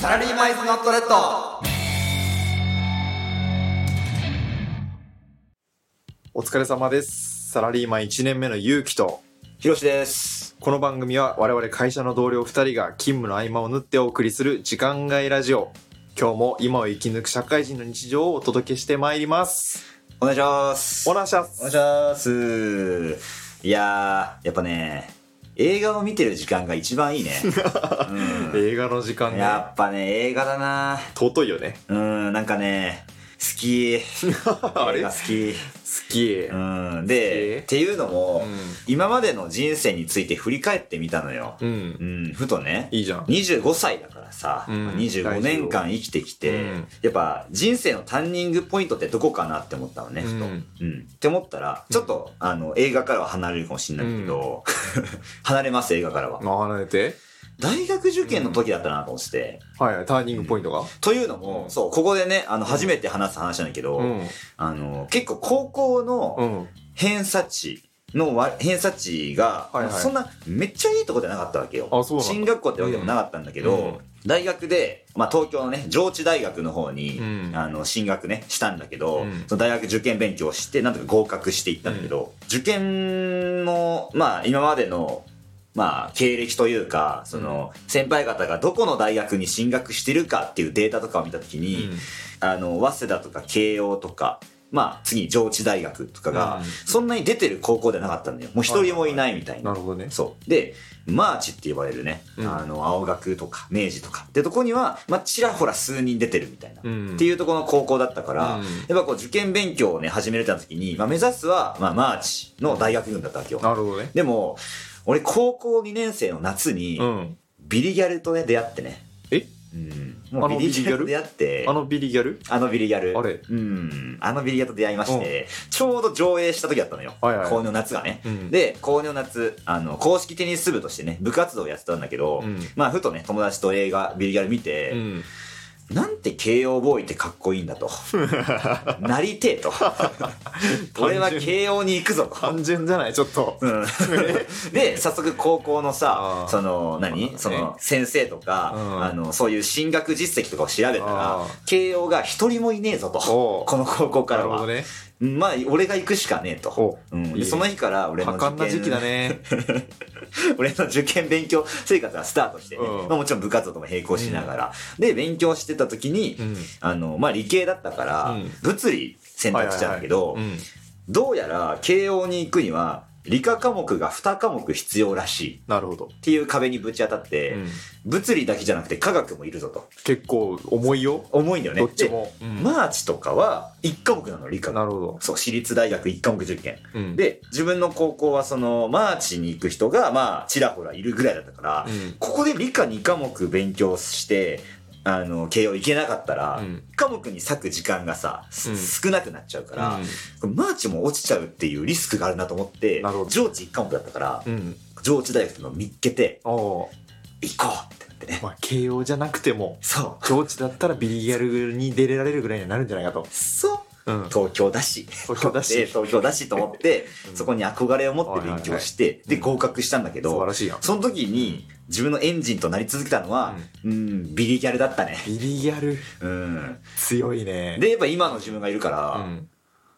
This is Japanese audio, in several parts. サラリーマンイズノットレッドお疲れ様です。サラリーマン1年目の勇気と、ひろしですこの番組は我々会社の同僚2人が勤務の合間を縫ってお送りする時間外ラジオ。今日も今を生き抜く社会人の日常をお届けしてまいります。お願いしますおなしゃっお願いす。しますいやーやっぱね映画を見てる時間が一番いい ね、映画の時間うん、ねや。っぱね映画だな尊いよね。うんなんかね好き映 あれ画好好きき。う。うんん好できっていうのも、うん今までの人生について振り返ってみたのよ、うん、ふとねいいじゃん。 25歳だからさ、うんまあ25年間生きてきて、うんやっぱ人生のタンニングポイントってどこかなって思ったのね、ふと。うんうんって思ったら、ちょっと、あの、映画からは離れるかもしれないけど、 離れます、映画からは。まあ離れて。大学受験の時だったなと思ってて。はいはい、ターニングポイントが。というのも、そう、ここでね、あの、初めて話す話なんだけど、うん。あの、結構高校うのん。偏差値のわ、偏差値が、はいはいそんな、めっちゃいいとこじゃなかったわけよ。あそうなんだ進学校ってわけでもなかったんだけど、うん大学で、まあ、東京のね、上智大学の方に、うんあの、進学ね、したんだけど、うんその大学受験勉強して、なんとか合格していったんだけど、受験の、まあ、今までの、まあ、経歴というか、その、先輩方がどこの大学に進学してるかっていうデータとかを見たときに、うんあの、早稲田とか慶応とか、まあ、次、上智大学とかが、うんそんなに出てる高校ではなかったんだよ。もう一人もいないみたいななる。ほどね。そう。で、マーチって呼ばれるね、うんあの、青学とか、明治とかってとこには、まあ、ちらほら数人出てるみたいな。うんっていうとこの高校だったから、うやんっぱこう、受験勉強をね、始めれた時に、まあ、目指すは、まあ、マーチの大学軍だったわけよ。なるほどね。でも、俺、高校2年生の夏にう、ん。ビリギャルとね、出会ってね。えうん。もあのうビリギャルと出会って、あのビリギャルあのビリギャル。あれうん。あのビリギャルと出会いまして、ちょうど上映した時だったのよ。はいはい高2の夏がね。うんで、高2の夏、あの、公式テニス部としてね、部活動をやってたんだけど、うんまあ、ふとね、友達と映画、ビリギャル見うて、ん。なんて慶応ボーイってかっこいいんだ と。なりてえと。俺は慶応に行くぞと。単純じゃないちょっと。うん で、早速高校のあさー、その、まあね何その、先生とか、うんあの、そういう進学実績とかを調べたあらー、慶応が一人もいねえぞと。おうこの高校かならるほは。どね。まあ、俺が行くしかねえとお。うんいいでねその日から俺の果受敢験な時期だね。 俺の受験勉強生活がスタートしてね、うんまあ、もちろん部活動とも並行しながら、で勉強してた時に、うんあのまあ、理系だったから、うん物理選択したんだけど、はいはいはいうんどうやら慶応に行くには理科科目が2科目必要らしいなるほど。っていう壁にぶち当たって、うん物理だけじゃなくて科学もいるぞと結構重いよ。思うんだよねどっちもでうんマーチとかは1科目なの理科なるほど。そう私立大学1科目受験うんで、自分の高校はその、マーチに行く人が、まあ、ちらほらいるぐらいだったから、うんここで理科2科目勉強して、あの、慶応行けなかったら、うん科目に割く時間がさ、すうん少なくなっちゃうから、うんこれマーチも落ちちゃうっていうリスクがあるなと思ってなるほ、ど上智1科目だったから、うん。上智大学の見っけて、おお行こうってなってね ー。。まあ、慶応じゃなくても、そう。上智だったらビリギャルに出れられるぐらいになるんじゃないかと。そう。うん。東京だし。東京だしで 東京だしと思って、うんそこに憧れを持って勉強して、いはで、い合格したんだけど、素晴らしいやん。その時に自分のエンジンとなり続けたのは、うん、ビリギャルだったね。ビリギャル、うん。強いね。で、やっぱ今の自分がいるかうら、ん。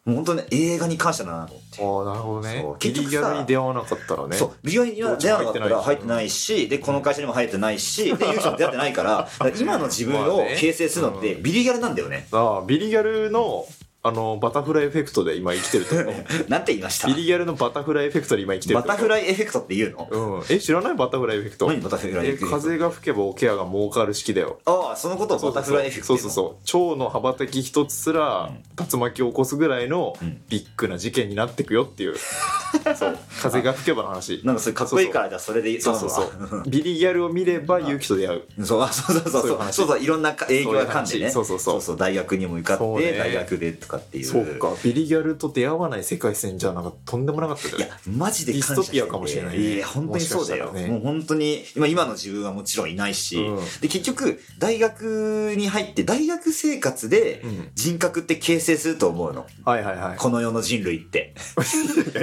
もう本当ね、映画に感謝だなと思って。ああ、なるほどそねう。ビ結局リギさャルに出会わなかったらね。そう。美容院には出会わなかったら入入っっててなないし、で、この会社にも入ってないし、で、友人も出会ってない から、だから今の自分まをあね形成するのってビリギャルなんだよね。 ああ、ビリギャルの、あの、バタフライエフェクトで今生きてると思う。なんて言いましたビリギャルのバタフライエフェクトで今生きてるバタフイライエフェクトって言うのうん。え、知らないバタフライエフェクト。何バタフライエえフェクト風が吹けばおケアが儲かる式だよ。ああ、そのことをバタフライエフェクトそうってそ言ううのそう蝶の羽ばたき一つすら竜巻を起こすぐらいのうんビッグな事件になってくよっ ていうそう風が吹けばの話なんかそれかっこいいから、じゃあそれでいい。そうそうそうビリギャルを見れば勇気と出会うそうあそうそうそうそういそうう話そうそういろんなか影響がそういう感話じねそうそうそうそう大学にも受かそっうねて大学でとかっていう。そうかビリギャルと出会わない世界線じゃなんかとんでもなかったじゃいないや、マジで感謝しててディストピアかもしれないねや本当にそうだよ。もしかしたらもねう本当に、今、今の自分はもちろんいないし、うんで、結局、大学に入って、大学生活でうん人格って形成すると思うの。はいはいはいこの世の人類って。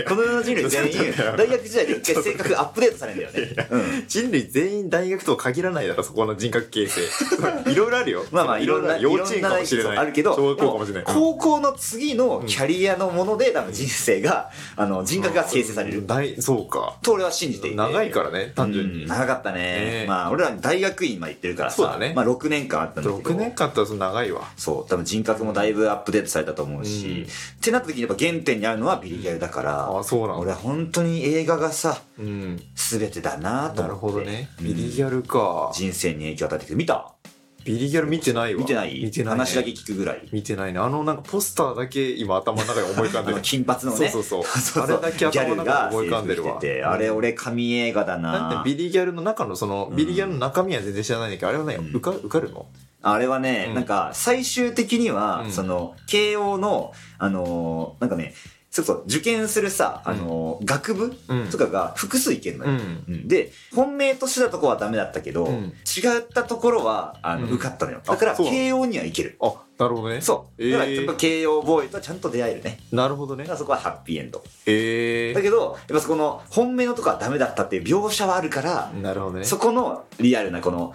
この世の人類全員、大学時代で一回性格アップデートされるんだよね。うん。人類全員大学とは限らないだろそこの人格形成 いろいろあるよ まあまあ、いろんな、幼稚園ろんかもしれないそうあるけど、小学校かもしれないもう高校の次のキャリアのもので、多分人生が、あの、人格が形成される。大そうかと俺は信じていて。長いからね単純うに、ん長かったね、ねえまあ俺ら大学院まで行ってるからさそうだねまあ、6年間あったんだけど6年間あったらその長いわそう多分人格もだいぶアップデートされたと思うし、っうんてなった時にやっぱ原点にあるのはビリギャルだから、ああそうなん俺だは本当に映画がさうん全てだなと思ってなるほどねうんビリギャルか人生に影響を与えてくる見たビリギャル見てないわ見てない見てないね話だけ聞くぐらい見てないねあのなんかポスターだけ今頭の中に思い浮 かあんでのる金髪のそうねそうそう そうあれだけギャ頭ルの中がに思い浮かんでる制わ服着ててあれ俺神映画だなんなでビリギャルの中のそのうんビリギャルの中身は全然知らないんだけどあれはねうん受か受かるのあれはね、うんなんか最終的には、うんその慶応のあのーなんかねそうそう受験するさ、あのー学部うんとかが複数いけるのうよ、んうんで本命としてたとこはダメだったけど、うん違ったところはあの、うん受かったのよだからあそうなの慶応にはいけるあなるほどねそうえーだからやっぱ慶応ボーイとはちゃんと出会えるねなるほどねだからそこはハッピーエンドえだけどやっぱそこの本命のとこはダメだったっていう描写はあるから、なるほどねそこのリアルなこの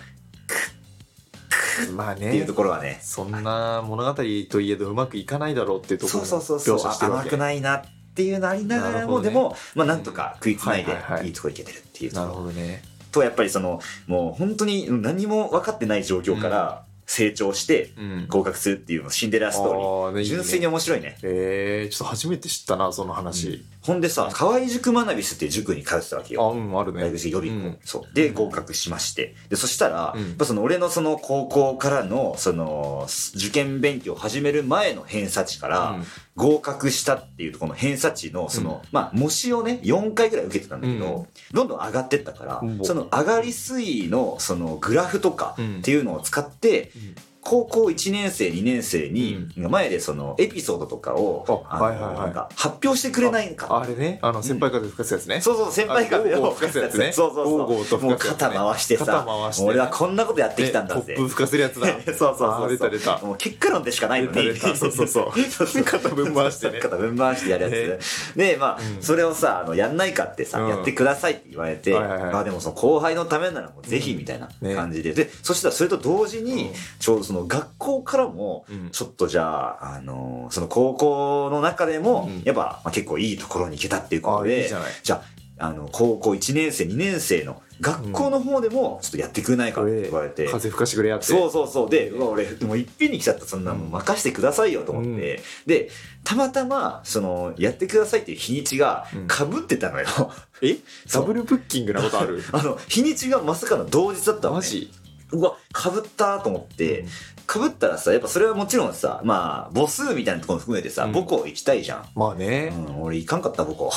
まあっていうねところはねそんな物語といえどうまくいかないだろうっていうところそうもそうそうそう描写してるわ甘けくないなっていうのありながならるも、ほどでねも、まあ、なんとか食いつないではいはいはいいいとこいけてるっていうとこなろるほどねとやっぱりそのもう本当に何も分かってない状況から成長してうん合格するっていうのシンデレラストーリー、あーねいいね純粋に面白いねえー、ちょっと初めて知ったなその話、ほんでさ河合塾学びスっていう塾に通ってたわけよあうんあるね大学生予備校、うんそうでうん合格しましてでそしたら、うんやっぱその俺のその高校からのその受験勉強を始める前の偏差値から、合格したっていうとこの偏差値のその、まあ模試をね4回ぐらい受けてたんだけど、うんどんどん上がってったから、うんその上がり推移のそのグラフとかうんっていうのを使って、うん高校1年生2年生に前でそのエピソードとかを、あのはいはいはいなんか発表してくれないんかあれねあの先輩風吹かすやつ ね、そうそう先輩からあゴーゴー吹かすやつ ねそうそうゴーゴーそとうもう吹かすやつね肩回してさ肩回してね俺はこんなことやってきたんねだぜ、コップ吹かせるやつだ そうそうそうあそうー出た出たもう結果論でしかないのに出 た出たそうそうそう肩ぶん回してね肩ぶん回してやるやつ、でまあ、うんそれをさあのやんないかってさ、うんやってくださいって言われて、はいはいはいまあでもその後輩のためならもうぜひみたいなね感じで、でそしたらそれと同時に、うんちょうどその学校からも、うんちょっとじゃあ、あのーその高校の中でも、うんやっぱ、まあ、結構いいところに行けたっていうことあでいいじゃないじゃああの高校1年生2年生の学校の方でもちょっとやってくれないかって言われて、風吹かしてくれやってそうそうそうで、うわ俺もういっぺんに来ちゃったそんなもう任してくださいよと思って、でたまたまそのやってくださいっていう日にちがうんかぶってたのよ、 えそダうブルブッキングなことあるあの日にちがまさかの同日だったの、ね、マジうわかぶったと思って、かぶったらさやっぱそれはもちろんさまあ母数みたいなところも含めてさ、うん母校行きたいじゃん、まあねう、ん、俺行かんかった母校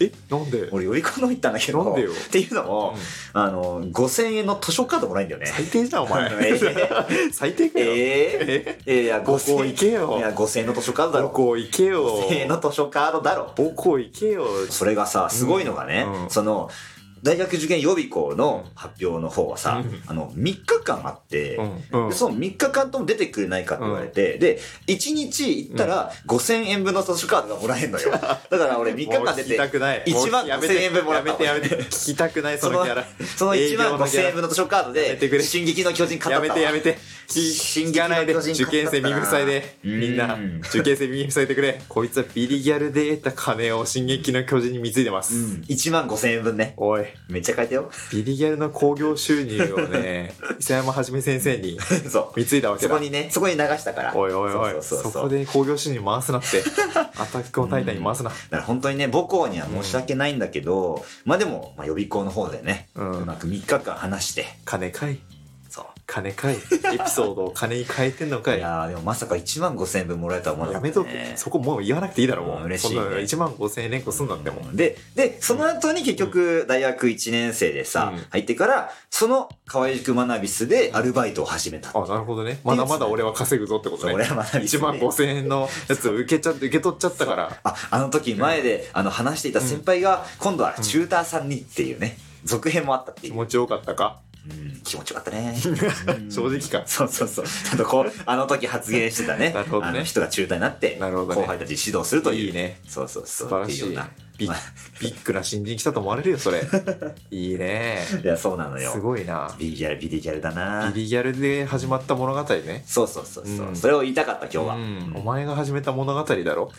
えなんで俺予備校の方行ったんだけどなんでよっていうのも、あの5000円の図書カードもないんだよね最低じゃんお前え 最低かよ、えー、 えいや母校行けよいや5000円の図書カードだ母ろ校行けよ5000円の図書カードだろ母校行けよそれがさすごいのがね、うんその大学受験予備校の発表の方はさ、うんあの3日間あって、うんうんでその3日間とも出てくれないかって言われて、で1日行ったら5000円分の図書カードがもらえるのよだから俺3日間出もう聞きたてくない1万やめ5000て円分もらやっためてやめて聞きたくないそそののキャラその1万営業のキャ5000ラ円分の図書カードやめてくで「れ進撃の巨人」買やっためてやめて進撃の巨人買った聞かないで受験生耳塞いでうんみんな受験生耳塞いでくれこいつはビリギャルで得た金を進撃の巨人に貢いでます、 1万5000円分ねおいめっちゃ書いてよビリギャルの興行収入をね伊佐山はじめ先生に そう貢いだわけそだこにね、そこに流したから。 おいおいおいそうそそうそうそうこで興行収入回すなって アタックをタイタンに回すな、だから本当にね、母校には申し訳ないんだけど、まあでも、まあ、予備校の方でね、ううんまく3日間話して、金かいそう。金かい。エピソードを金に変えてんのかいい。やーでもまさか1万5千円分もらえたら思わなやかめったとね、け。そこもう言わなくていいだろ、もうんう。嬉しいねそんな1万5000円連呼すんだってもう。で、で、その後に結局、大学1年生でさ、うん入ってから、その河合塾マナビスでアルバイトを始めた。あ、なるほどね。まだまだ俺は稼ぐぞってことね。俺はマナビスで。 1万5000円のやつを受けちゃ受け取っちゃったから。あ、あの時前で、あの話していた先輩が、今度はチューターさんにっていうね、続編もあったってい気う。持ちよかったか。うん、気持ちよかったね。うん正直か。そうそうそう。ちゃんとこう、あの時発言してたね、 なるほどねあの人が中退になって、なるほどね後輩たちに指導するという。いいね。そうそうそう。素晴らしってういような。ビッまあビッグな新人来たと思われるよ、それ。いいね。 いや、そうなのよ。すごいな。ビリギャル、ビリギャルだなビリギャルで始まった物語ね。そうそうそうそう、うんそれを言いたかった今日 は。うんお前が始めた物語だろ。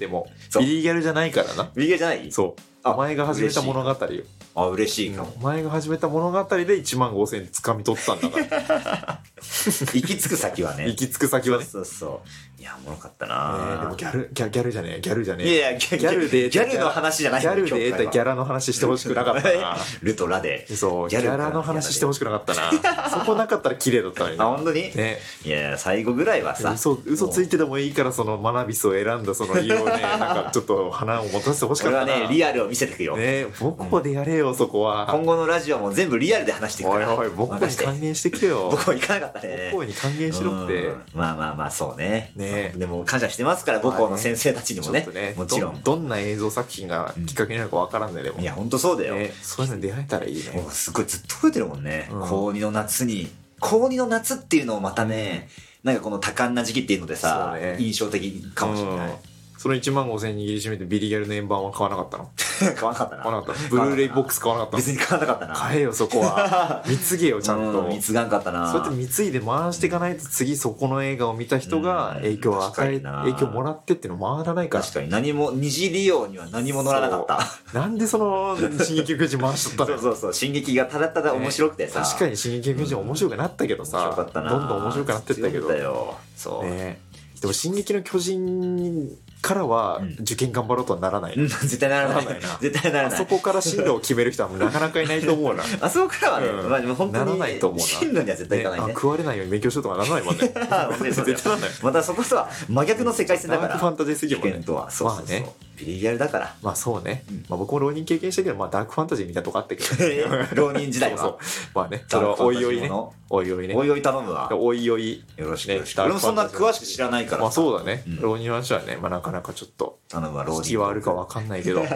でも、そうビリギャルじゃないからな。右じゃないそう。あお前が始めた物語よ。あ、嬉しいかも。お前が始めた物語で1万5000円掴み取ったん だから。行き着く先はね。 行き着く先はね。そうそう。いや、おもろかったえーなでもギャル、ギャギャルじゃねえ、ギャルじゃねいえ。やいや、ギャギャルでギャルの話じゃないギャルで得たギャラ。ラの話してほしくなか ったな。ルとラで。そう、ギャラの話してほししくなかったな。そこなかったら綺麗だったのにあ、な。本当に、ね。いや、最後ぐらいはさ。嘘、嘘ついてでもいいから、そのマナビスを選んだその家をね、なんかちょっと花を持たせてほしか俺っはたな。ね、リアルを見せてくよ。ね母校でやれよ、そ こは。今後のラジオも全部リアルで話していくおかいら。おい、母校任にせて還元してきてよ。僕は行かなかったね。母校に還元しろってうん。まあまあまあ、そうね。ねでも感謝してますから、母校の先生たちにちもょね。っとね、もちろん。ど。どんな映像作品がきっかけになるかわからんね、でも。いや、本当そうだよ。ねそういうの出会えたらいいねも。うすごいずっと増えてるもんね、うん高2の夏に高2の夏っていうのをまたねなんかこの多感な時期っていうのでさ、そうね印象的かもしれない、うんその1万5000円握りしめてビリギャルの円盤は買わな かったの買わなかったな買わなかった。ブルーレイボックス買わなかった別に買わなかったなの買えよ、そ こは。貢げよ、ちゃんうと。貢がんかったなそうやって貢いで回していかないと次そこの映画を見た人がうん影響を与え、確かにな影響もらってっていうの回らないから確。かに何も二次利用には何も乗らなかったなんでその、進撃巨人回しと ったそのうそうそう進撃がただただ面白くてさ、確かに進撃巨人面白くなったけど面白かさっ、どたんなどん面白くなってったけど強。よそう、ねでも進撃の巨人からはうん受験頑張ろうとはならない。うん絶対ならないならないな絶対ならあないそこから進路を決める人はなかなかいないと思う な。ねあそこからはね、うんまあでも本当にならないと思うな進路には絶対いかないあね食われないように勉強しようとかならないもんね。本当にそうだよ絶対ならない。また そこさ真逆の世界線ダだかークらファンタジーすぎ事るもんね件。とはそうそうそう、まあねビリギャルだから まあそうね。うんまあ僕も浪人経験したけど、まあダークファンタジーみたいなとこあったけ ど。浪人時代はそうそう。まあね、それはおいおいね。おいおいね。おいおい頼むわよおいおい。ろしくねよろしく俺もそんな詳しく知らないからまあそうだねうん。浪人の話はね、まあなかなかちょっと、頼むわ浪好き人はあるかわかんないけ ど、ね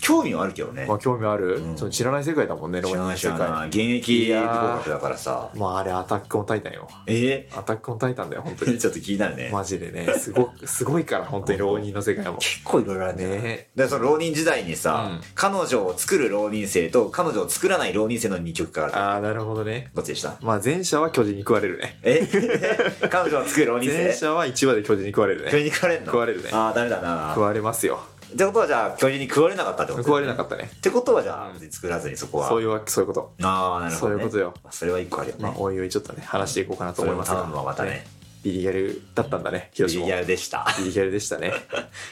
興味はあるけどね、まあ興味あるう。んその知らない世界だもんね、知浪人らなのい知世ら界。ない現役合格だからさまああれアタックオンタイタンよ。えアタックオンタイタンだよ、本当ー、に。 ちょっと気になるね、マジでね、すごく、すごいから、本当に浪人の世界も。結構いろいろあるねねでその浪人時代にさ、うん彼女を作る浪人生と彼女を作らない浪人生の2曲からああ、なるほどね。どっちでしたまあ前者は巨人に食われるね。え 彼女を作る浪人前生者は1話で巨人に食われる巨人ね。に食われんの食われるねああダメだな食われますよ。ってことはじゃあ巨人に食われなかったってこと食われなっかったねた。ってことはじゃあ別に作らずにそこはそういうわけ、そういうこと。ああなるほど、ね、そういうことよまあそれは一個あるよね、まあ、おいおいちょっとね、話していこうかなとそれ思もいますが頼むわまたね。ビリギャルだったんだね、ビ広リ島。ギャルでしたビリギャルでしたね。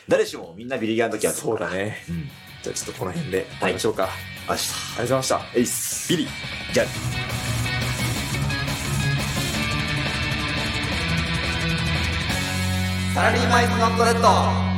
誰しもみんなビリギャルの時は そうだね。うんじゃあちょっとこの辺で終わりましょうか。明日ありがとうございました。えいっすビリギャルサラリーマイズノットレッド